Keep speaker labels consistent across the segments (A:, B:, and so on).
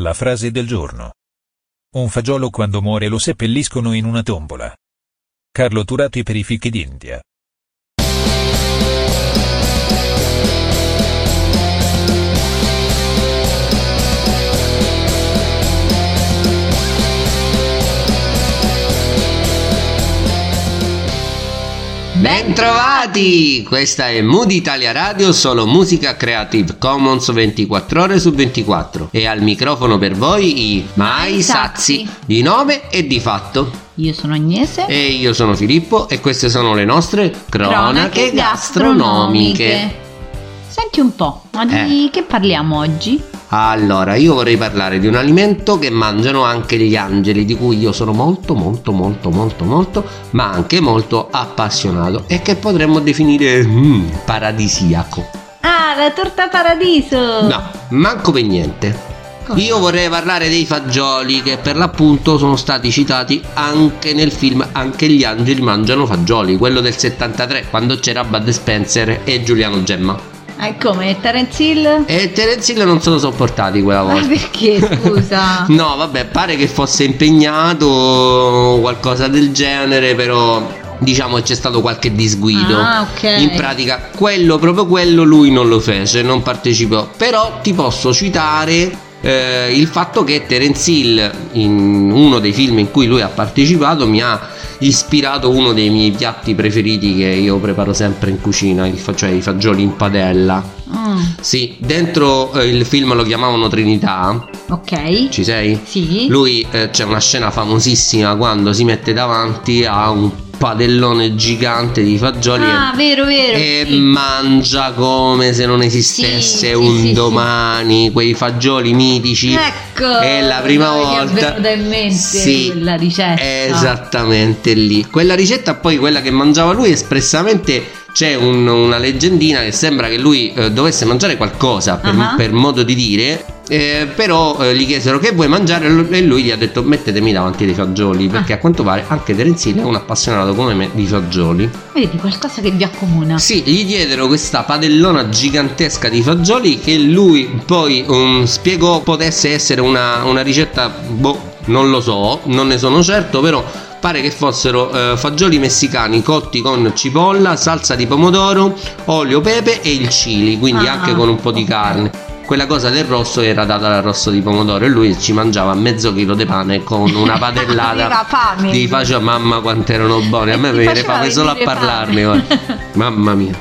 A: La frase del giorno. Un fagiolo quando muore lo seppelliscono in una tombola. Carlo Turati per i fichi d'India.
B: Bentrovati! Questa è Mood Italia Radio, solo musica Creative Commons 24 ore su 24 e al microfono per voi i Mai Sazi, di nome e di fatto.
C: Io sono Agnese.
B: E io sono Filippo e queste sono le nostre cronache, gastronomiche. Eh.
C: Senti un po', ma di che parliamo oggi?
B: Allora, io vorrei parlare di un alimento che mangiano anche gli angeli, di cui io sono molto, molto, molto, molto, molto, ma anche molto appassionato e che potremmo definire mm, paradisiaco.
C: Ah, la torta paradiso!
B: No, manco per niente. Io vorrei parlare dei fagioli che per l'appunto sono stati citati anche nel film Anche gli angeli mangiano fagioli, quello del 73, quando c'era Bud Spencer e Giuliano Gemma.
C: Ah, E come, Terence Hill?
B: E Terence Hill non sono sopportati quella
C: Ma
B: volta.
C: perché, scusa?
B: No, vabbè, pare che fosse impegnato o qualcosa del genere, però diciamo che c'è stato qualche disguido.
C: Ah, ok.
B: In pratica, quello, proprio quello, lui non lo fece, non partecipò. Però ti posso citare eh, il fatto che Terence Hill, in uno dei film in cui lui ha partecipato, mi ha ispirato uno dei miei piatti preferiti che io preparo sempre in cucina, il fa- cioè i fagioli in padella.
C: Mm,
B: Sì, dentro eh, il film lo chiamavano Trinità.
C: ok.
B: Ci sei?
C: Sì.
B: Lui eh, c'è una scena famosissima quando si mette davanti a un padellone gigante di fagioli
C: ah,
B: e-
C: vero, vero.
B: e
C: sì.
B: mangia come se non esistesse
C: Sì,
B: un
C: sì, sì,
B: domani, quei fagioli mitici.
C: Ecco.
B: è la prima
C: mi
B: volta.
C: È venuta in mente
B: Sì, esatto.
C: quella ricetta.
B: Esattamente lì. Quella ricetta, poi quella che mangiava lui espressamente. C'è un- una leggendina che sembra che lui eh, dovesse mangiare qualcosa, per,
C: Ah.
B: per modo di dire. eh, però eh, gli chiesero che vuoi mangiare e lu- e lui gli ha detto mettetemi davanti dei fagioli perché a quanto pare anche Terence Hill è un appassionato come me di fagioli.
C: Vedi, qualcosa che vi accomuna.
B: Sì, gli diedero questa padellona gigantesca di fagioli che lui poi um, spiegò potesse essere una, una ricetta, boh, non lo so, non ne sono certo, però pare che fossero eh, fagioli messicani cotti con cipolla, salsa di pomodoro, olio, pepe e il chili, quindi
C: Ah,
B: anche con un po' di
C: ok.
B: carne. Quella cosa del rosso era data dall'arrosto di pomodoro e lui ci mangiava mezzo chilo di pane con una padellata
C: Aveva fame.
B: di faccio mamma quanto erano buoni, a me
C: Ti
B: viene
C: faceva
B: fame solo a
C: venire
B: parlarne.
C: fame.
B: guarda. Mamma mia.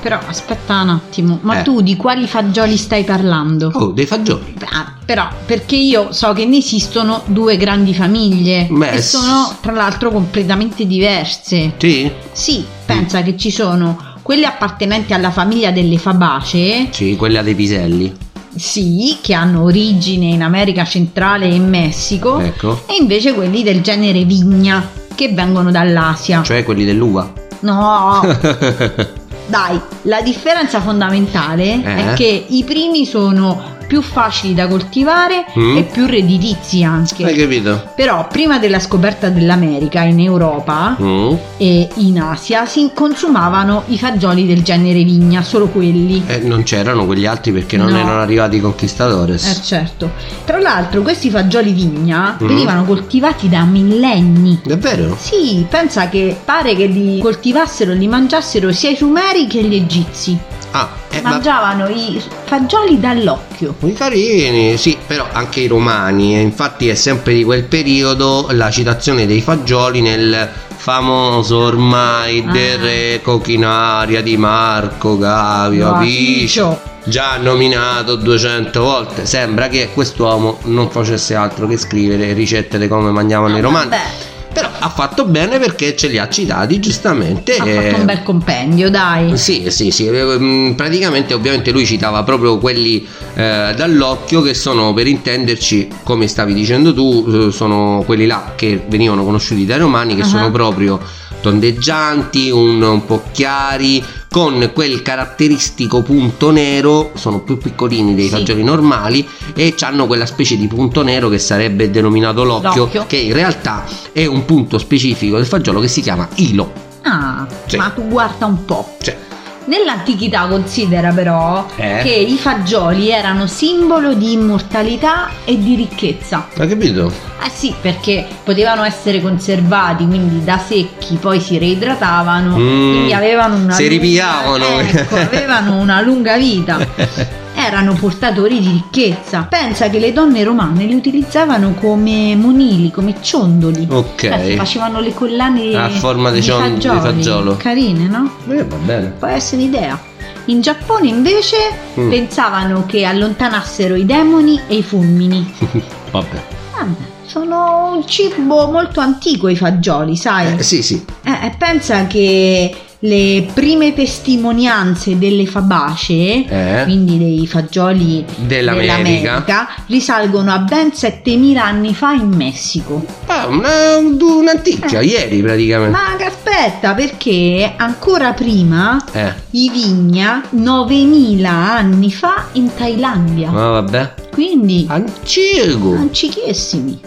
C: Però aspetta un attimo, ma
B: Eh.
C: tu di quali fagioli stai parlando?
B: Oh, dei fagioli.
C: Ah, però perché io so che ne esistono due grandi famiglie
B: Beh,
C: e
B: s-
C: sono tra l'altro completamente diverse.
B: Sì?
C: Sì, pensa che ci sono quelle appartenenti alla famiglia delle fabacee,
B: Sì, quella dei piselli.
C: sì, che hanno origine in America centrale e in Messico,
B: Ecco.
C: e invece quelli del genere vigna, che vengono dall'Asia.
B: Cioè quelli dell'uva.
C: No, dai, la differenza fondamentale
B: Eh?
C: è che i primi sono più facili da coltivare
B: Mm. Eh,
C: e più redditizi anche.
B: Hai capito?
C: Però prima della scoperta dell'America in Europa
B: Mm.
C: e in Asia si consumavano i fagioli del genere vigna, solo quelli.
B: Eh, non c'erano quegli altri perché non
C: No.
B: erano arrivati i conquistadores.
C: Eh certo. Tra l'altro questi fagioli vigna
B: Mm.
C: venivano coltivati da millenni.
B: Davvero?
C: Sì, pensa che pare che li coltivassero e li mangiassero sia i sumeri che gli egizi.
B: Ah, eh, ma-
C: Mangiavano i fagioli dall'occhio.
B: Muy carini, sì, però anche i romani, e infatti è sempre di quel periodo la citazione dei fagioli nel famoso ormai del
C: Ah.
B: re Cochinaria di Marco Gavio Apicio,
C: Guardicio.
B: già nominato 200 volte. Sembra che quest'uomo non facesse altro che scrivere ricette di come mangiavano i romani.
C: Ah, Vabbè,
B: Però ha fatto bene perché ce li ha citati giustamente.
C: ha
B: e-
C: fatto un bel compendio, dai.
B: Eh. sì, sì, sì, eh, mm, praticamente ovviamente lui citava proprio quelli eh, dall'occhio che sono per intenderci, come stavi dicendo tu, eh, sono quelli là che venivano conosciuti dai romani, che
C: Ah.
B: sono proprio tondeggianti, un, un po' chiari, con quel caratteristico punto nero, sono più piccolini dei
C: Sì.
B: fagioli normali e hanno quella specie di punto nero che sarebbe denominato l'occhio,
C: L'occhio.
B: che in realtà è un punto specifico del fagiolo che si chiama ilo.
C: Ah,
B: Sì.
C: ma tu guarda un po'.
B: Cioè,
C: Nell'antichità considera però
B: Eh.
C: che i fagioli erano simbolo di immortalità e di ricchezza.
B: Hai capito?
C: Eh sì, perché potevano essere conservati, quindi da secchi poi si reidratavano,
B: Mm,
C: quindi avevano una
B: si
C: lunga-
B: ripigliavano.
C: ecco, avevano una lunga vita. Erano portatori di ricchezza. Pensa che le donne romane li utilizzavano come monili, come ciondoli. Cioè, si
B: ok.
C: facevano le collane
B: A forma di cion- di fagiolo.
C: Carine, no?
B: Eh, va bene.
C: Può essere un'idea. In Giappone invece
B: Mm.
C: pensavano che allontanassero i demoni e i fulmini.
B: Vabbè.
C: Vabbè, sono un cibo molto antico i fagioli, sai?
B: Eh, sì, sì.
C: Eh, eh, pensa che le prime testimonianze delle fabacee,
B: Eh.
C: quindi dei fagioli
B: Dell'America.
C: risalgono a ben 7000 anni fa in Messico.
B: Ah, una, un'anticchia,
C: Eh.
B: ieri praticamente.
C: Ma che aspetta, perché ancora prima
B: Eh.
C: i vigna 9000 anni fa in Thailandia.
B: Ma vabbè.
C: Quindi
B: Ancirgo.
C: antichissimi.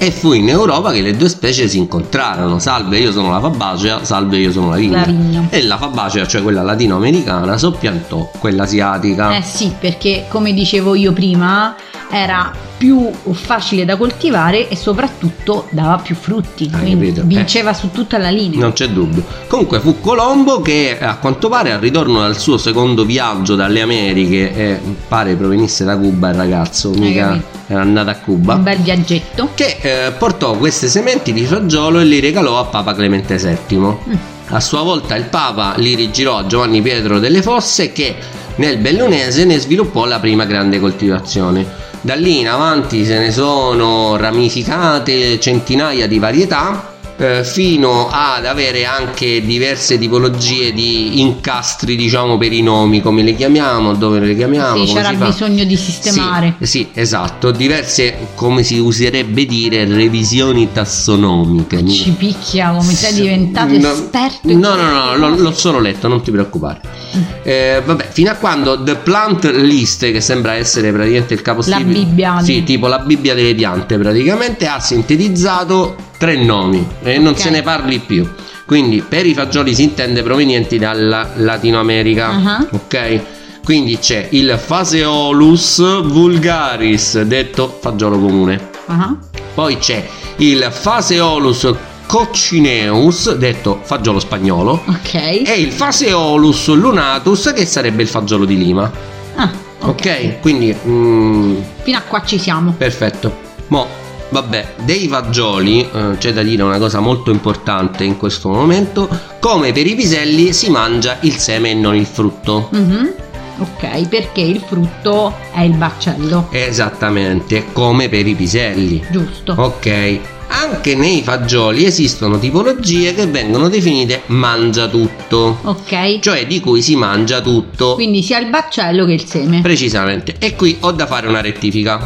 B: E fu in Europa che le due specie si incontrarono. Salve, io sono la fabacea, salve, io sono la vigna.
C: La vigna.
B: E la fabacea, cioè quella latinoamericana, soppiantò quella asiatica.
C: Eh sì, perché come dicevo io prima, era più facile da coltivare e soprattutto dava più frutti,
B: Hai
C: quindi
B: Ah, capito? Eh.
C: vinceva su tutta la linea.
B: Non c'è dubbio. Comunque fu Colombo che a quanto pare al ritorno dal suo secondo viaggio dalle Americhe, e pare provenisse da Cuba il ragazzo, mica
C: capito?
B: era andato a
C: Un
B: Cuba,
C: bel viaggetto.
B: che eh, portò queste sementi di fagiolo e li regalò a Papa Clemente VII.
C: Mm.
B: A sua volta il Papa li rigirò a Giovanni Pietro delle Fosse che nel Bellunese ne sviluppò la prima grande coltivazione. Da lì in avanti se ne sono ramificate centinaia di varietà eh, fino ad avere anche diverse tipologie di incastri diciamo per i nomi come le chiamiamo dove le chiamiamo
C: sì,
B: come
C: c'era
B: si fa.
C: bisogno di sistemare.
B: Sì, sì, esatto, diverse, come si userebbe dire, revisioni tassonomiche.
C: Ci picchia come sei diventato
B: No,
C: esperto. in
B: No, no, no,
C: queste
B: l'ho,
C: cose.
B: l'ho solo letto, non ti preoccupare. Eh, vabbè, fino a quando The Plant List, che sembra essere praticamente il
C: La
B: capostipite,
C: Bibbia.
B: sì, tipo la Bibbia delle piante, praticamente ha sintetizzato tre nomi e non
C: Ok.
B: se ne parli più. Quindi per i fagioli si intende provenienti dalla Latino America.
C: Ah.
B: Ok? Quindi c'è il Phaseolus vulgaris, detto fagiolo comune.
C: Ah,
B: Poi c'è il Phaseolus coccineus, detto fagiolo spagnolo.
C: ok.
B: E il Phaseolus lunatus, che sarebbe il fagiolo di Lima.
C: Ah,
B: Ok? Quindi mm,
C: Fino a qua ci siamo.
B: Perfetto. Mo, vabbè, dei fagioli eh, c'è da dire una cosa molto importante in questo momento. Come per i piselli si mangia il seme e non il frutto.
C: Mhm, Ok, perché il frutto è il baccello,
B: Esattamente, come per i piselli.
C: giusto?
B: Ok. Anche nei fagioli esistono tipologie che vengono definite mangia tutto,
C: Ok.
B: cioè di cui si mangia tutto.
C: Quindi sia il baccello che il seme.
B: Precisamente. E qui ho da fare una rettifica.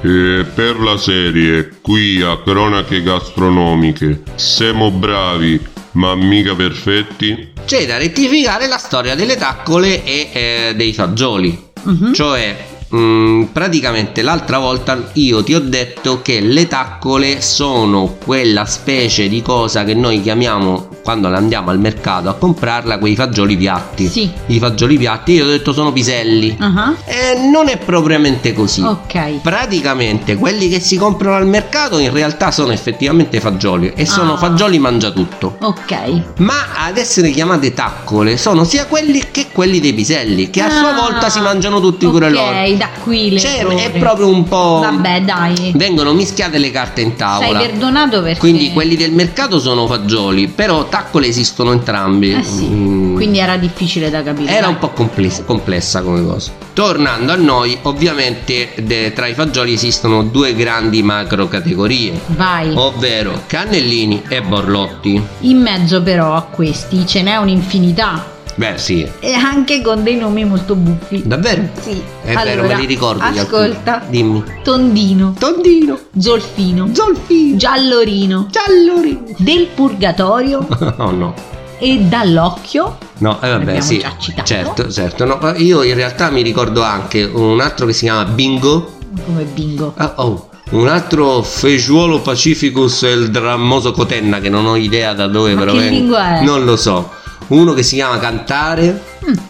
D: E per la serie, qui a Cronache Gastronomiche, siamo bravi, ma mica perfetti.
B: C'è da rettificare la storia delle taccole e eh, dei fagioli.
C: Mhm.
B: Cioè, mh, praticamente l'altra volta io ti ho detto che le taccole sono quella specie di cosa che noi chiamiamo quando andiamo al mercato a comprarla quei fagioli piatti.
C: Sì.
B: I fagioli piatti, io ti ho detto sono piselli.
C: Ah,
B: E non è propriamente così.
C: Ok.
B: Praticamente quelli che si comprano al mercato in realtà sono effettivamente fagioli e sono
C: Ah.
B: fagioli mangiatutto.
C: Ok.
B: Ma ad essere chiamate taccole sono sia quelli che quelli dei piselli, che a sua
C: Ah,
B: volta si mangiano tutti pure loro.
C: Ok, da qui le
B: Cioè, è proprio un po'.
C: Vabbè, dai.
B: Vengono mischiate le carte in
C: Sei
B: tavola.
C: perdonato perché
B: Quindi quelli del mercato sono fagioli, però taccole esistono entrambi.
C: Eh sì.
B: Mm.
C: Quindi era difficile da capire.
B: Era
C: dai.
B: un po' complessa, complessa come cosa. Tornando a noi, ovviamente de- tra i fagioli esistono due grandi macro categorie,
C: Vai.
B: Oh. ovvero cannellini e borlotti.
C: In mezzo però a questi ce n'è un'infinità
B: Beh, sì,
C: e anche con dei nomi molto buffi.
B: davvero?
C: Sì.
B: È vero,
C: allora,
B: me li ricordo. gli alcuni.
C: Ascolta.
B: Dimmi.
C: Tondino,
B: Tondino,
C: Zolfino,
B: Zolfino,
C: Giallorino,
B: Giallorino.
C: del Purgatorio
B: Oh no.
C: e dall'occhio.
B: No, eh, vabbè,
C: L'abbiamo
B: sì.
C: già citato.
B: Certo, certo. No, ma io in realtà mi ricordo anche un altro che si chiama Bingo.
C: Come bingo.
B: Ah, oh, un altro Fegiuolo Pacificus e il drammoso Cotenna che non ho idea da dove
C: Ma
B: però
C: che
B: venga.
C: lingua è? Mm.
B: Non lo so. Uno che si chiama Cantare.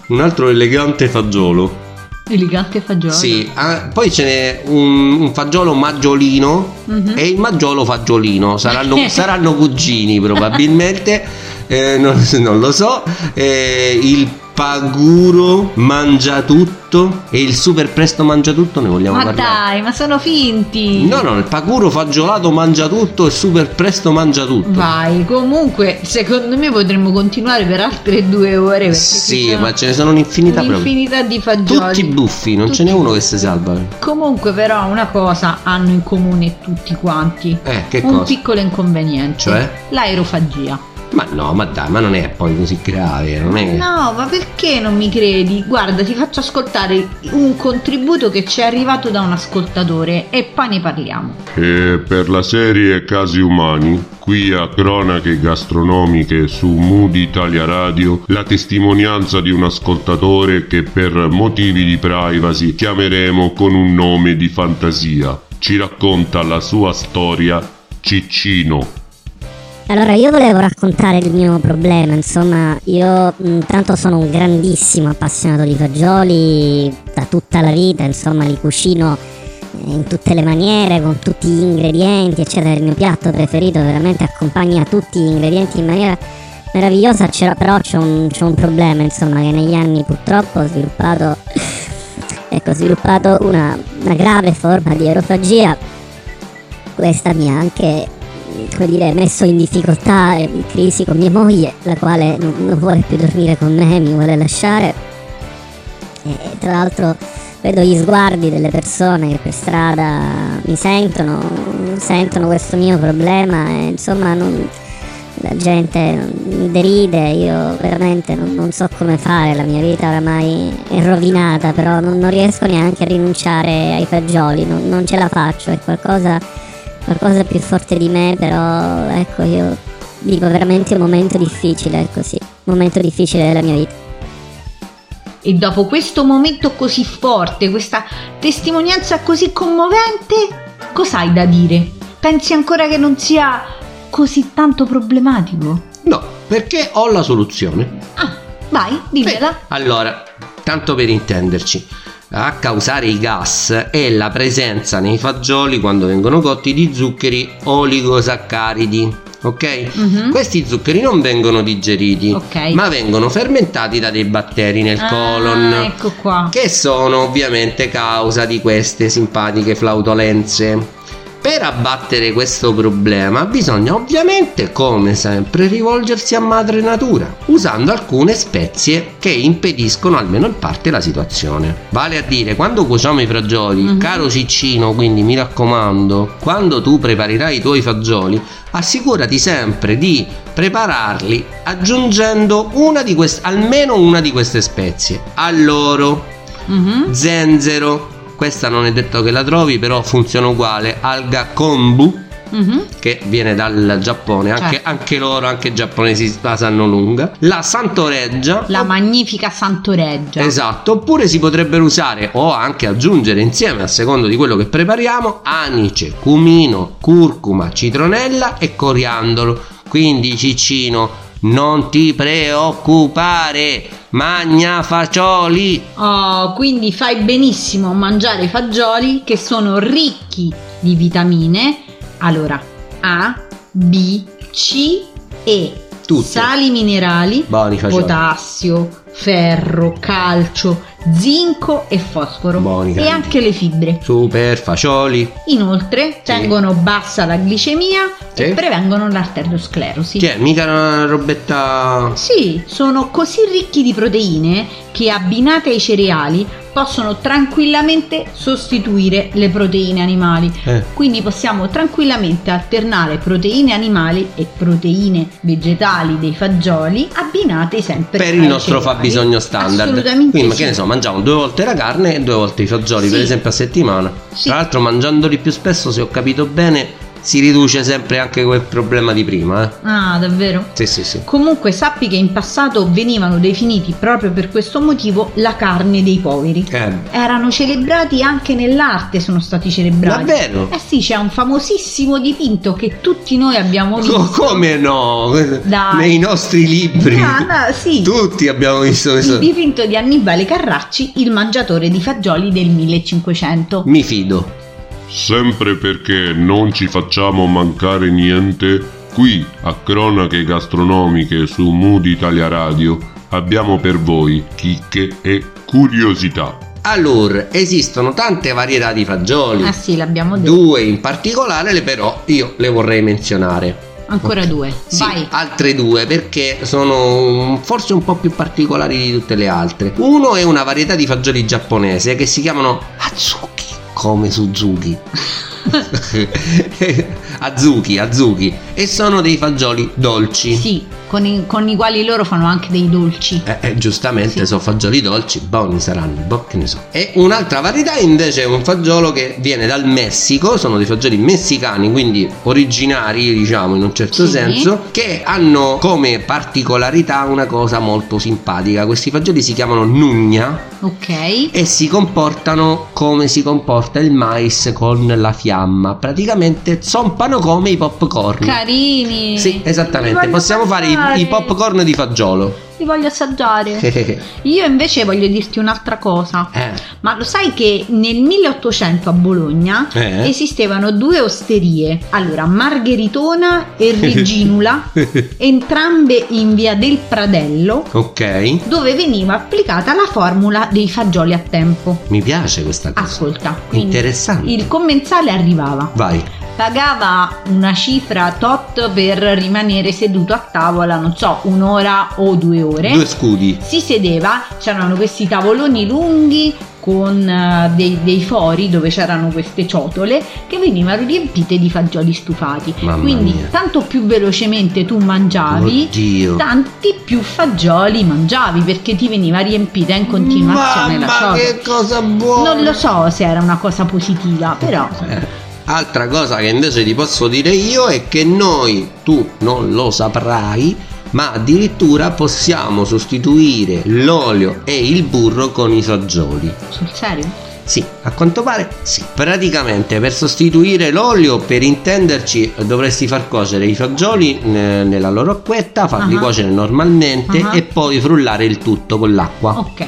B: Un altro elegante fagiolo.
C: Elegante fagiolo.
B: Sì, ah, poi ce n'è un, un fagiolo maggiolino
C: Mhm.
B: e il maggiolo fagiolino. Saranno, saranno cugini probabilmente, eh, non, non lo so. Eh, il paguro mangia tutto e il super presto mangia tutto, ne vogliamo
C: Ma
B: parlare.
C: dai, ma sono finti.
B: No, no, il paguro fagiolato mangia tutto e super presto mangia tutto.
C: Vai, comunque, secondo me potremmo continuare per altre due ore. Perché ci
B: sì,
C: sono
B: ma ce ne sono un'infinità,
C: un'infinità di
B: proprio.
C: fagioli.
B: Tutti buffi, non ce n'è
C: Tutti
B: uno che si salva.
C: Comunque, però, una cosa hanno in comune tutti quanti.
B: Eh, che
C: un
B: cosa?
C: piccolo inconveniente.
B: Cioè?
C: L'aerofagia.
B: Ma no, ma dai, ma non è poi così grave, eh, non è.
C: No, ma perché non mi credi? Guarda, ti faccio ascoltare un contributo che ci è arrivato da un ascoltatore e poi ne parliamo.
D: E per la serie Casi Umani, qui a Cronache Gastronomiche su Mood Italia Radio, la testimonianza di un ascoltatore che per motivi di privacy chiameremo con un nome di fantasia. Ci racconta la sua storia Ciccino.
E: Allora, io volevo raccontare il mio problema, insomma, io intanto sono un grandissimo appassionato di fagioli da tutta la vita, insomma, li cucino eh, in tutte le maniere, con tutti gli ingredienti, eccetera. Il mio piatto preferito veramente accompagna tutti gli ingredienti in maniera meravigliosa, c'era- però c'è un, c'è un problema, insomma, che negli anni purtroppo ho sviluppato, ecco, ho sviluppato una, una grave forma di aerofagia. Questa mi ha anche come dire, messo in difficoltà e in crisi con mia moglie, la quale non, non vuole più dormire con me, mi vuole lasciare. E, e tra l'altro vedo gli sguardi delle persone che per strada mi sentono, sentono questo mio problema e insomma non- la gente mi deride, io veramente non, non so come fare, la mia vita oramai è rovinata, però non, non riesco neanche a rinunciare ai fagioli, non, non ce la faccio, è qualcosa qualcosa più forte di me, però ecco io vivo veramente un momento difficile, ecco sì, un momento difficile della mia vita.
C: E dopo questo momento così forte, questa testimonianza così commovente, cos'hai da dire? Pensi ancora che non sia così tanto problematico?
B: No, perché ho la soluzione.
C: Ah, vai, dimmela.
B: Beh, allora, tanto per intenderci, a causare i gas è la presenza nei fagioli quando vengono cotti di zuccheri oligosaccaridi, ok?
C: Mhm.
B: Questi zuccheri non vengono digeriti,
C: Ok.
B: ma vengono fermentati da dei batteri nel
C: Ah,
B: colon.
C: Ecco qua.
B: che sono ovviamente causa di queste simpatiche flautolenze. Per abbattere questo problema bisogna ovviamente, come sempre, rivolgersi a madre natura, usando alcune spezie che impediscono almeno in parte la situazione. Vale a dire, quando cuociamo i fagioli,
C: Mhm.
B: caro Ciccino, quindi mi raccomando, quando tu preparerai i tuoi fagioli, assicurati sempre di prepararli aggiungendo una di quest- almeno una di queste spezie. Alloro,
C: Mhm.
B: zenzero, questa non è detto che la trovi, però funziona uguale, alga kombu
C: mhm.
B: che viene dal Giappone, anche,
C: Certo.
B: anche loro, anche i giapponesi la sanno lunga, la santoreggia.
C: La magnifica Santoreggia.
B: Esatto, oppure si potrebbero usare o anche aggiungere insieme a secondo di quello che prepariamo anice, cumino, curcuma, citronella e coriandolo. Quindi Ciccino, non ti preoccupare, magna fagioli.
C: Oh, quindi fai benissimo a mangiare fagioli che sono ricchi di vitamine. Allora, A, B, C, E.
B: Tutte.
C: Sali minerali,
B: Buoni fagioli.
C: Oh, potassio, ferro, calcio, zinco e fosforo.
B: Buoni,
C: e
B: grandi.
C: anche le fibre.
B: Super fagioli.
C: Inoltre, tengono bassa la glicemia
B: Sì.
C: e prevengono l'arteriosclerosi.
B: Che è Cioè, mica una robetta... eh,
C: Sì, sono così ricchi di proteine che abbinate ai cereali possono tranquillamente sostituire le proteine animali.
B: Eh.
C: Quindi possiamo tranquillamente alternare proteine animali e proteine vegetali dei fagioli abbinate sempre
B: Per il
C: ai
B: nostro
C: cereali.
B: fabbisogno standard.
C: Assolutamente.
B: Quindi, ma
C: sì.
B: che ne so, mangiamo due volte la carne e due volte i fagioli,
C: Sì.
B: per esempio, a settimana.
C: Sì.
B: Tra l'altro, mangiandoli più spesso, se ho capito bene, si riduce sempre anche quel problema di prima. Eh.
C: Ah, davvero?
B: Sì, sì, Eh, sì.
C: Comunque sappi che in passato venivano definiti proprio per questo motivo la carne dei poveri.
B: Eh,
C: Erano celebrati anche nell'arte, sono stati celebrati.
B: Davvero?
C: Eh sì, c'è un famosissimo dipinto che tutti noi abbiamo visto.
B: Co- come no?
C: Dai.
B: Nei nostri libri.
C: No, no, sì.
B: Tutti abbiamo visto
C: Il
B: questo.
C: dipinto di Annibale Carracci, Il mangiatore di fagioli del 1500.
B: Mi fido.
D: Sempre perché non ci facciamo mancare niente, qui a Cronache Gastronomiche su Mood Italia Radio abbiamo per voi chicche e curiosità.
B: Allora, esistono tante varietà di fagioli.
C: Ah sì, l'abbiamo detto.
B: Due in particolare, le però io le vorrei menzionare.
C: Ancora due.
B: Sì, Ah,
C: Vai.
B: altre due perché sono mm, forse un po' più particolari di tutte le altre. Uno è una varietà di fagioli giapponese che si chiamano Azuki, come Suzuki. azuki, Azuki. E sono dei fagioli dolci.
C: Sì, con i, con i quali loro fanno anche dei dolci.
B: Eh, eh, giustamente
C: Sì.
B: sono fagioli dolci, buoni saranno, boh, che ne so. E un'altra varietà invece è un fagiolo che viene dal Messico, sono dei fagioli messicani, quindi originari diciamo in un certo
C: Sì.
B: senso, che hanno come particolarità una cosa molto simpatica. Questi fagioli si chiamano nugna
C: Ok.
B: e si comportano come si comporta il mais con la fiamma, praticamente zompano come i popcorn.
C: Carini.
B: sì,
C: Li
B: esattamente,
C: voglio
B: possiamo fare i,
C: assaggiare.
B: i popcorn di fagiolo.
C: Li voglio assaggiare. Io invece voglio dirti un'altra cosa.
B: Eh.
C: Ma lo sai che nel 1800 a Bologna
B: Eh?
C: esistevano due osterie, allora Margheritona e Reginula, entrambe in via del Pradello,
B: ok,
C: dove veniva applicata la formula dei fagioli a tempo.
B: mi piace questa cosa.
C: Ascolta, quindi
B: Interessante.
C: il commensale arrivava,
B: Vai.
C: pagava una cifra tot per rimanere seduto a tavola, non so, un'ora o due ore.
B: Due scudi.
C: si sedeva, c'erano questi tavoloni lunghi con eh, dei, dei fori dove c'erano queste ciotole che venivano riempite di fagioli stufati.
B: Mamma
C: Quindi
B: mia.
C: tanto più velocemente tu mangiavi,
B: Oddio.
C: tanti più fagioli mangiavi perché ti veniva riempita in continuazione la
B: Mamma
C: ciotola.
B: che cosa buona.
C: Non lo so se era una cosa positiva, però
B: Eh, Altra cosa che invece ti posso dire io è che noi, tu non lo saprai, ma addirittura possiamo sostituire l'olio e il burro con i fagioli.
C: sul serio.
B: Sì, a quanto pare sì. Praticamente per sostituire l'olio, per intenderci, dovresti far cuocere i fagioli eh, nella loro acquetta, farli
C: Ah.
B: cuocere normalmente
C: Ah.
B: e poi frullare il tutto con l'acqua.
C: Ok,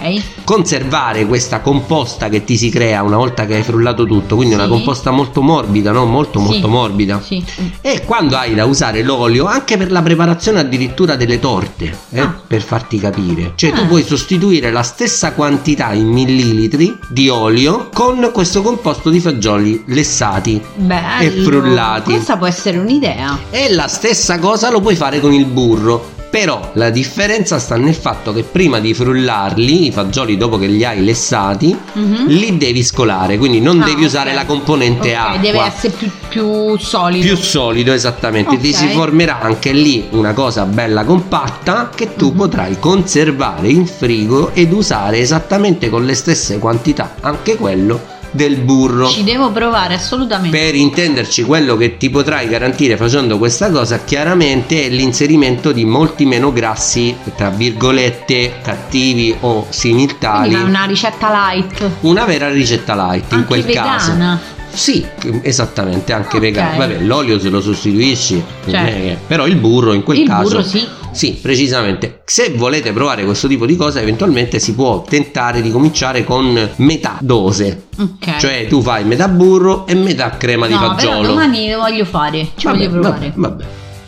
B: Conservare questa composta che ti si crea una volta che hai frullato tutto, quindi una
C: Sì.
B: composta molto morbida, no? Molto
C: Sì.
B: molto morbida.
C: sì.
B: E quando hai da usare l'olio anche per la preparazione addirittura delle torte, eh,
C: Ah.
B: per farti capire. Cioè
C: Ah.
B: tu puoi sostituire la stessa quantità in millilitri di olio con questo composto di fagioli lessati.
C: Bello.
B: frullati.
C: Questa può essere un'idea.
B: E la stessa cosa lo puoi fare con il burro. Però la differenza sta nel fatto che prima di frullarli, i fagioli dopo che li hai lessati,
C: Mhm.
B: li devi scolare, quindi non
C: Ah,
B: devi usare
C: ok.
B: la componente
C: Ok,
B: acqua.
C: deve essere più, più solido.
B: più solido esattamente ti
C: Ok.
B: si formerà anche lì una cosa bella compatta che tu
C: Mhm.
B: potrai conservare in frigo ed usare esattamente con le stesse quantità anche quello del burro
C: Ci devo provare assolutamente.
B: per intenderci quello che ti potrai garantire facendo questa cosa chiaramente è l'inserimento di molti meno grassi tra virgolette cattivi o
C: Quindi è
B: similtali
C: una ricetta light.
B: una vera ricetta light in
C: anche
B: quel caso
C: vegana.
B: sì, esattamente, anche
C: Ah, Ok.
B: vegano. Vabbè, l'olio se lo sostituisci, non
C: Certo.
B: è che- però il burro in quel
C: Il
B: caso.
C: burro sì.
B: Sì, precisamente. Se volete provare questo tipo di cosa, eventualmente si può tentare di cominciare con metà dose.
C: Ok.
B: Cioè tu fai metà burro e metà crema di
C: No,
B: fagiolo.
C: Però domani lo voglio fare. Ci
B: Vabbè,
C: voglio provare.
B: Vabbè, vabbè.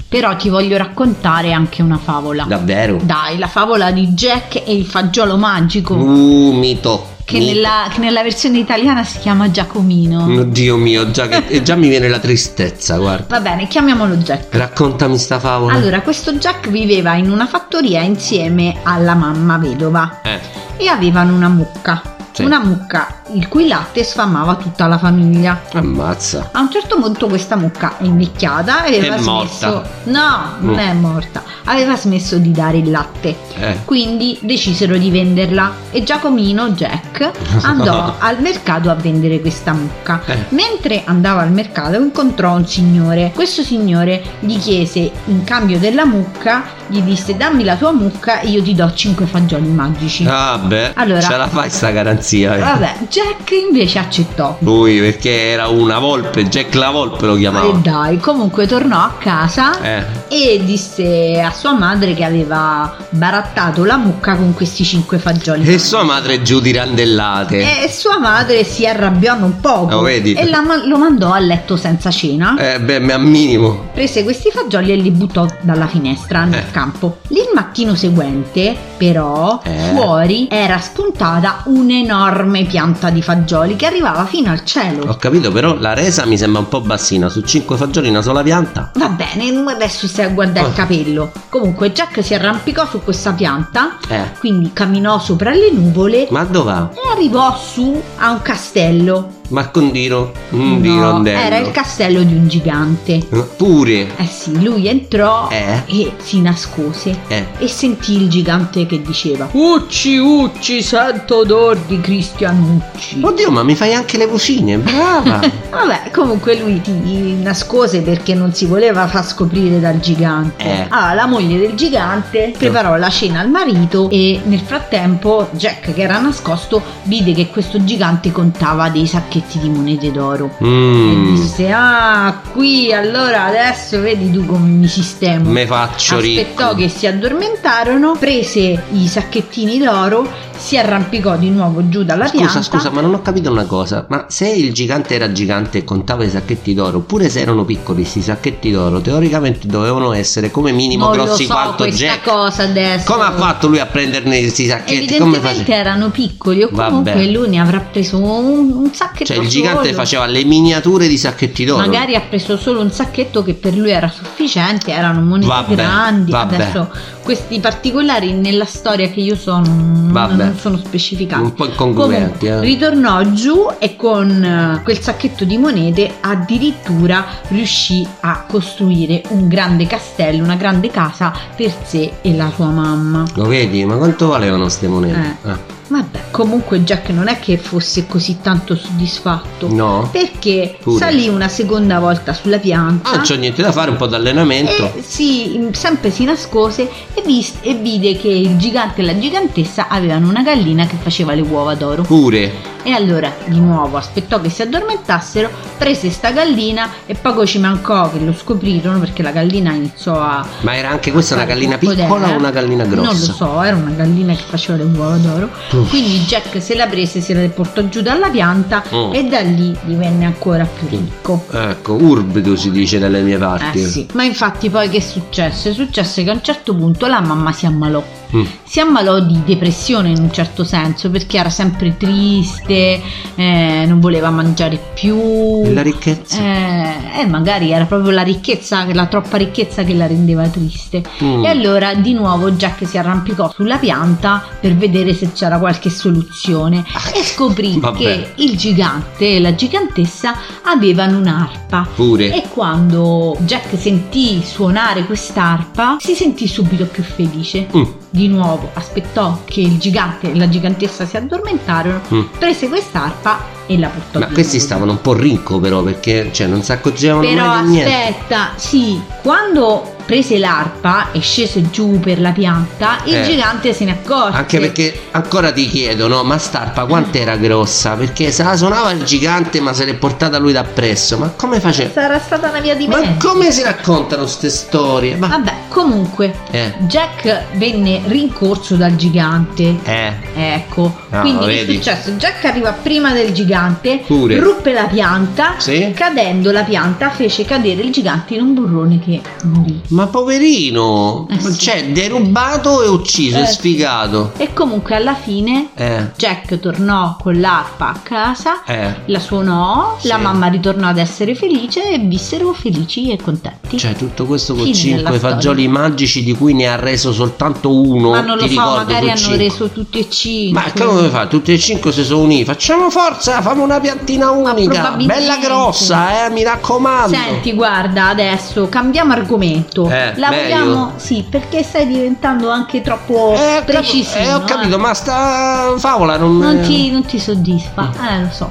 C: Però ti voglio raccontare anche una favola.
B: davvero.
C: Dai, la favola di Jack e il fagiolo magico.
B: Uh, mito.
C: Che
B: mito.
C: nella, che nella versione italiana si chiama Giacomino.
B: Oddio mio, già, che- già mi viene la tristezza, guarda.
C: Va bene, chiamiamolo Jack.
B: Raccontami sta favola.
C: Allora, questo Jack viveva in una fattoria insieme alla mamma vedova
B: Eh,
C: e avevano una mucca.
B: Sì.
C: una mucca il cui latte sfamava tutta la famiglia.
B: Ammazza.
C: A un certo punto questa mucca è invecchiata e aveva
B: È morta.
C: smesso. No, non
B: Mm.
C: è morta. Aveva smesso di dare il latte.
B: Eh.
C: Quindi decisero di venderla e Giacomino, Jack, andò al mercato a vendere questa mucca.
B: Eh.
C: Mentre andava al mercato incontrò un signore. Questo signore gli chiese in cambio della mucca, gli disse dammi la tua mucca e io ti do 5 fagioli magici.
B: Ah beh,
C: Allora-
B: ce la fai sta garanzia. eh.
C: Vabbè, Jack invece accettò.
B: Lui perché era una volpe, Jack la volpe lo
C: E
B: chiamava.
C: dai, comunque tornò a casa
B: Eh.
C: e disse a sua madre che aveva barattato la mucca con questi 5 fagioli.
B: E sua madre giù di randellate.
C: E sua madre si arrabbiò non poco
B: Eh, Lo vedi?
C: e la ma- lo mandò a letto senza cena.
B: Eh beh, ma al minimo.
C: Prese questi fagioli e li buttò dalla finestra nel
B: Eh.
C: campo. Il mattino seguente, però,
B: Eh.
C: fuori era spuntata un'enorme pianta di fagioli che arrivava fino al cielo.
B: Ho capito, però la resa mi sembra un po' bassina. Su cinque fagioli una sola pianta.
C: Va bene, adesso stai a guardare il
B: Ah.
C: capello. Comunque, Jack si arrampicò su questa pianta,
B: Eh.
C: quindi camminò sopra le nuvole
B: Ma dov'è?
C: e arrivò su a un castello.
B: Ma con Dino? Mm, di
C: No,
B: rondello.
C: era il castello di un gigante.
B: Pure.
C: Eh sì, lui entrò
B: Eh.
C: e si nascose
B: Eh.
C: e sentì il gigante che diceva Ucci, ucci, sento odor di Cristianucci.
B: Oddio, ma mi fai anche le vocine, brava!
C: Vabbè, comunque lui si nascose perché non si voleva far scoprire dal gigante.
B: Eh.
C: Allora, la moglie del gigante preparò la cena al marito e nel frattempo Jack, che era nascosto, vide che questo gigante contava dei sacchetti di monete d'oro. E
B: Mmm,
C: disse, ah, qui allora adesso vedi tu come mi sistemo.
B: me faccio
C: Aspettò
B: ricco.
C: che si addormentarono, prese i sacchettini d'oro, si arrampicò di nuovo giù dalla pianta.
B: Scusa, scusa, ma non ho capito una cosa. Ma se il gigante era gigante e contava i sacchetti d'oro, oppure se erano piccoli questi sacchetti d'oro, teoricamente dovevano essere come minimo
C: non
B: grossi
C: lo so
B: quanto
C: questa
B: Jack.
C: cosa adesso.
B: Come ha fatto lui a prenderne questi sacchetti? Come
C: Evidentemente
B: faceva?
C: erano piccoli o
B: Vabbè.
C: comunque lui ne avrà preso un, un sacchetto
B: Cioè, il gigante
C: solo.
B: faceva le miniature di sacchetti d'oro.
C: Magari ha preso solo un sacchetto che per lui era sufficiente, erano monete
B: Vabbè,
C: grandi.
B: vabbè.
C: Adesso questi particolari nella storia che io so non,
B: Vabbè.
C: non sono specificati.
B: Un po' incongruenti,
C: Comunque,
B: eh.
C: ritornò giù e con eh, quel sacchetto di monete addirittura riuscì a costruire un grande castello, una grande casa per sé e la sua mamma.
B: Lo vedi? Ma quanto valevano ste monete?
C: Eh,
B: Ah,
C: ecco. Vabbè, comunque Jack non è che fosse così tanto soddisfatto.
B: no?
C: Perché
B: Pure.
C: salì una seconda volta sulla pianta.
B: Ah, non c'ho niente da fare, un po' d'allenamento.
C: e si, sempre si nascose e, vis- e vide che il gigante e la gigantessa avevano una gallina che faceva le uova d'oro.
B: Pure.
C: E allora di nuovo aspettò che si addormentassero, prese sta gallina e poco ci mancò che lo scoprirono perché la gallina iniziò a.
B: Ma era anche questa una
C: fare
B: gallina
C: cocodella.
B: piccola o una gallina grossa?
C: eh. Non lo so, era una gallina che faceva le uova d'oro.
B: Uff.
C: Quindi Jack se la prese, se la portò giù dalla pianta
B: Mm.
C: e da lì divenne ancora più ricco.
B: Ecco, urbido si dice dalle mie parti.
C: Eh sì, ma infatti poi che successe? Successe che a un certo punto la mamma si ammalò.
B: Mm.
C: Si ammalò di depressione in un certo senso perché era sempre triste, eh, non voleva mangiare più.
B: La ricchezza.
C: Eh, eh, magari era proprio la ricchezza, la troppa ricchezza che la rendeva triste.
B: Mm.
C: E allora di nuovo Jack si arrampicò sulla pianta per vedere se c'era qualche soluzione
B: Ah,
C: e scoprì
B: Vabbè.
C: che il gigante e la gigantessa avevano un'arpa.
B: Pure.
C: E quando Jack sentì suonare quest'arpa, si sentì subito più felice.
B: Mm.
C: Di nuovo aspettò che il gigante e la gigantessa si addormentarono,
B: Mm.
C: prese quest'arpa e la portò
B: Ma
C: di
B: questi
C: nuovo.
B: stavano un po' rinco però perché cioè, non si accorgevano
C: Però
B: mai di niente.
C: aspetta, sì, quando prese l'arpa e scese giù per la pianta, il
B: Eh.
C: gigante se ne accorse.
B: Anche perché ancora ti chiedono, ma Starpa quant'era grossa? Perché se la suonava il gigante ma se l'è portata lui da presso. Ma come faceva?
C: sarà stata una via di
B: Ma
C: mezzo.
B: come si raccontano ste storie? Ma...
C: Vabbè, comunque
B: Eh,
C: Jack venne rincorso dal gigante.
B: eh,
C: Ecco,
B: Ah,
C: quindi
B: vedi.
C: che è successo? Jack arriva prima del gigante,
B: Pure.
C: ruppe la pianta,
B: Sì?
C: cadendo la pianta fece cadere il gigante in un burrone che morì.
B: Ma poverino,
C: Eh, sì.
B: cioè derubato e ucciso,
C: Eh,
B: e
C: sì.
B: sfigato.
C: E comunque alla fine
B: Eh,
C: Jack tornò con l'arpa a casa,
B: eh,
C: la suonò, la
B: Sì.
C: mamma ritornò ad essere felice e vissero felici e contenti.
B: cioè tutto questo con
C: Fine della
B: cinque
C: storia.
B: fagioli magici di cui ne ha reso soltanto uno.
C: Ma non lo
B: oh, ti
C: so,
B: ricordo,
C: magari
B: su
C: hanno
B: cinque.
C: reso tutti e cinque.
B: Ma che come fa? Tutti e cinque si sono uniti. Facciamo forza, famo una piantina unica,
C: probabilmente.
B: bella grossa, eh, mi raccomando.
C: Senti, guarda, adesso cambiamo argomento.
B: Eh,
C: la
B: meglio.
C: vogliamo? Sì, perché stai diventando anche troppo
B: Eh, ho cap-
C: precisissimo.
B: eh, ho capito, ma sta favola non, Mm.
C: Non ti, non ti soddisfa, eh, lo so.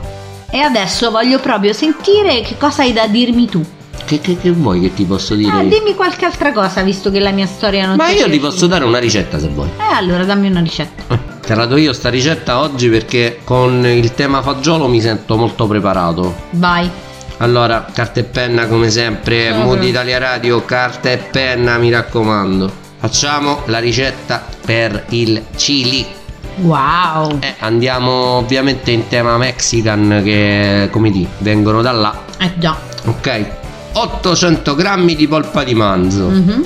C: E adesso voglio proprio sentire che cosa hai da dirmi tu.
B: Che, che- che vuoi che ti posso dire?
C: Eh, dimmi qualche altra cosa, visto che la mia storia non
B: ma
C: ti
B: io ti
C: piace.
B: posso dare una ricetta se vuoi.
C: Eh, allora dammi una ricetta.
B: Te la do io sta ricetta oggi perché con il tema fagiolo mi sento molto preparato.
C: Vai.
B: Allora, carta e penna come sempre,
C: Sono
B: Mood
C: pronta.
B: Italia Radio, carta e penna, mi raccomando. Facciamo la ricetta per il chili.
C: Wow.
B: Eh, andiamo ovviamente in tema mexican che, come di, vengono da là.
C: Eh già.
B: Ok. 800 grammi di polpa di manzo.
C: Mhm.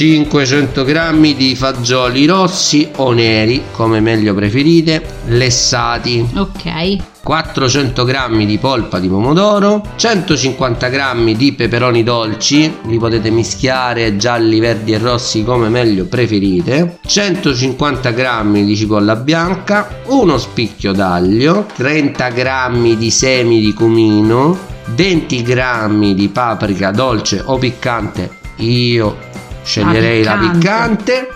B: 500 grammi di fagioli rossi o neri, come meglio preferite, lessati,
C: Ok.
B: 400 grammi di polpa di pomodoro, 150 grammi di peperoni dolci, li potete mischiare gialli, verdi e rossi come meglio preferite, 150 grammi di cipolla bianca, uno spicchio d'aglio, 30 grammi di semi di cumino, 20 grammi di paprika dolce o piccante, io sceglierei la
C: piccante.
B: piccante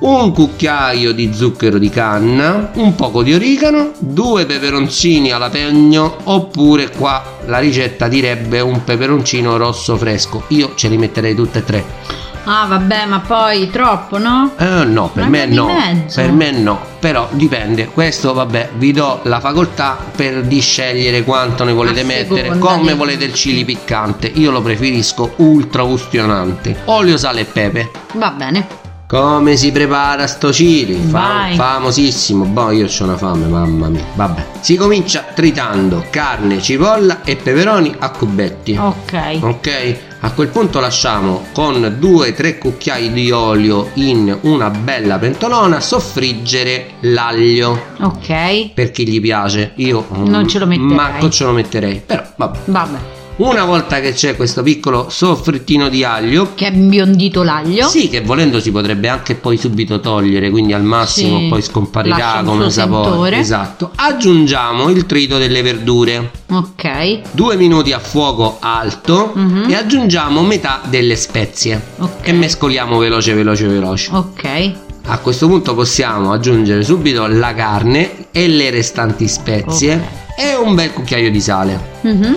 B: un cucchiaio di zucchero di canna, un poco di origano, due peperoncini all'apegno oppure qua la ricetta direbbe un peperoncino rosso fresco. Io ce li metterei tutte e tre.
C: Ah, vabbè, ma poi troppo, no?
B: Eh, no, per
C: Ma
B: me
C: via di
B: no.
C: mezzo.
B: Per me no, però dipende. Questo vabbè, vi do la facoltà per di scegliere quanto ne volete
C: A
B: mettere,
C: seconda
B: come
C: dei-
B: volete il chili piccante. Io lo preferisco ultra ustionante. Olio, sale e pepe.
C: Va bene.
B: Come si prepara sto chili? Fa-
C: Vai.
B: famosissimo. Boh, io ho una fame, mamma mia. Vabbè. Si comincia tritando carne, cipolla e peperoni a cubetti.
C: Ok.
B: Ok? A quel punto lasciamo con 2-3 cucchiai di olio in una bella pentolona soffriggere l'aglio.
C: Ok.
B: Per chi gli piace, io mm,
C: Non ce lo metterei.
B: Manco ce lo metterei. Però, vabbè.
C: Vabbè.
B: Una volta che c'è questo piccolo soffrittino di aglio,
C: Che è imbiondito l'aglio.
B: sì, che volendo si potrebbe anche poi subito togliere, quindi al massimo
C: Sì,
B: poi scomparirà
C: lascia il
B: come
C: suo
B: sapore.
C: sentore.
B: Esatto. Aggiungiamo il trito delle verdure.
C: Ok.
B: Due minuti a fuoco alto
C: Mhm.
B: e aggiungiamo metà delle spezie.
C: Ok.
B: E mescoliamo veloce, veloce, veloce.
C: Ok.
B: A questo punto possiamo aggiungere subito la carne e le restanti spezie e un bel cucchiaio di sale.
C: Mhm.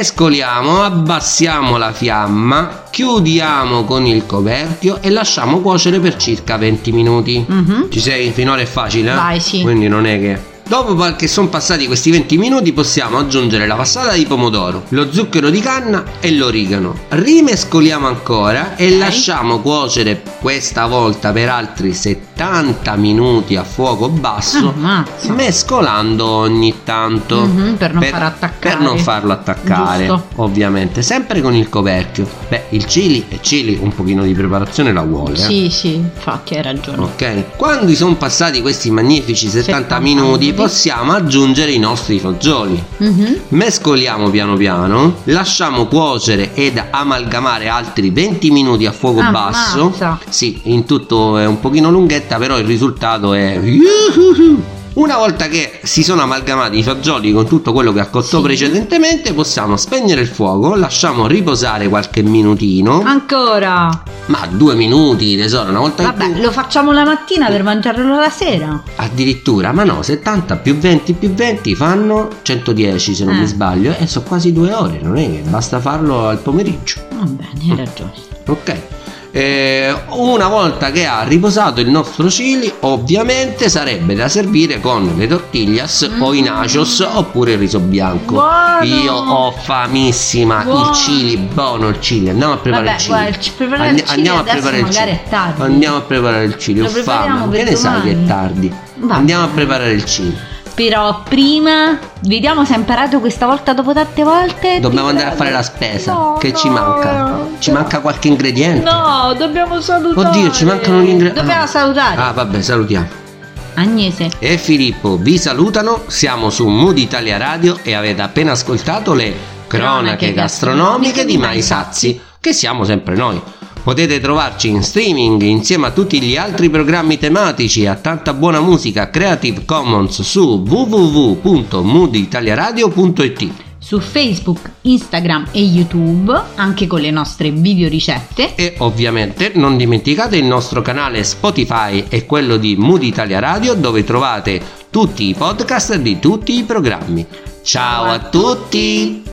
B: Mescoliamo, abbassiamo la fiamma, chiudiamo con il coperchio e lasciamo cuocere per circa 20 minuti.
C: Mhm.
B: Ci sei? Finora è facile? eh?
C: Vai, sì.
B: Quindi non è che... Dopo pa- che sono passati questi 20 minuti possiamo aggiungere la passata di pomodoro, lo zucchero di canna e l'origano. Rimescoliamo ancora e
C: Ok.
B: lasciamo cuocere questa volta per altri 70 minuti a fuoco
C: Ah.
B: basso,
C: Ammazza.
B: mescolando ogni tanto
C: Mhm, per non far attaccare.
B: per non farlo attaccare,
C: Giusto.
B: ovviamente, sempre con il coperchio. Beh, il chili e chili un pochino di preparazione la vuole. eh. Oh.
C: Sì, sì, infatti hai ragione.
B: Ok, quando sono passati questi magnifici 70,
C: 70
B: minuti
C: minuti.
B: possiamo aggiungere i nostri fagioli.
C: Mhm.
B: Mescoliamo piano piano, lasciamo cuocere ed amalgamare altri 20 minuti a fuoco
C: Ammazza.
B: basso. Sì, in tutto è un pochino lunghetta, però il risultato è Yuhuhu! Una volta che si sono amalgamati i fagioli con tutto quello che ha cotto
C: Sì.
B: precedentemente, possiamo spegnere il fuoco, lasciamo riposare qualche minutino,
C: Ancora.
B: ma due minuti tesoro, una volta che tu-
C: Vabbè, lo facciamo la mattina per mangiarlo la sera.
B: Addirittura, ma no, 70 più 20 più 20 fanno 110 se non
C: Eh.
B: mi sbaglio e sono quasi due ore, non è che basta farlo al pomeriggio.
C: Va bene, hai ragione.
B: Ok. Eh, una volta che ha riposato il nostro chili, ovviamente sarebbe da servire con le tortillas
C: Mm.
B: o i nachos oppure il riso bianco.
C: Buono!
B: Io ho famissima il
C: Buono!
B: chili, buono il chili, andiamo a preparare
C: Vabbè,
B: il chili.
C: guarda, ci prepariamo il
B: Andi-
C: chili
B: andiamo a
C: adesso
B: preparare il
C: magari
B: chili.
C: è tardi.
B: Andiamo a preparare il chili,
C: Lo
B: ho
C: prepariamo
B: fame.
C: per
B: Che ne sai che è
C: domani?
B: tardi?
C: Va
B: Andiamo a
C: bene.
B: preparare il chili.
C: Però prima, vediamo se hai imparato questa volta dopo tante volte.
B: Dobbiamo
C: Ti
B: andare a
C: prego.
B: fare la spesa.
C: No,
B: che ci
C: no,
B: manca?
C: no.
B: Ci manca qualche ingrediente?
C: No, dobbiamo salutare.
B: Oddio, ci mancano gli ingredienti.
C: Dobbiamo salutare.
B: Ah, vabbè, salutiamo.
C: Agnese.
B: E Filippo vi salutano. Siamo su Mood Italia Radio e avete appena ascoltato le cronache gastronomiche di Mai Sazi, che siamo sempre noi. Potete trovarci in streaming insieme a tutti gli altri programmi tematici e a tanta buona musica Creative Commons su www.mooditaliaradio.it.
C: Su Facebook, Instagram e YouTube, anche con le nostre video ricette.
B: E ovviamente non dimenticate il nostro canale Spotify e quello di Mood Italia Radio dove trovate tutti i podcast di tutti i programmi. Ciao a tutti!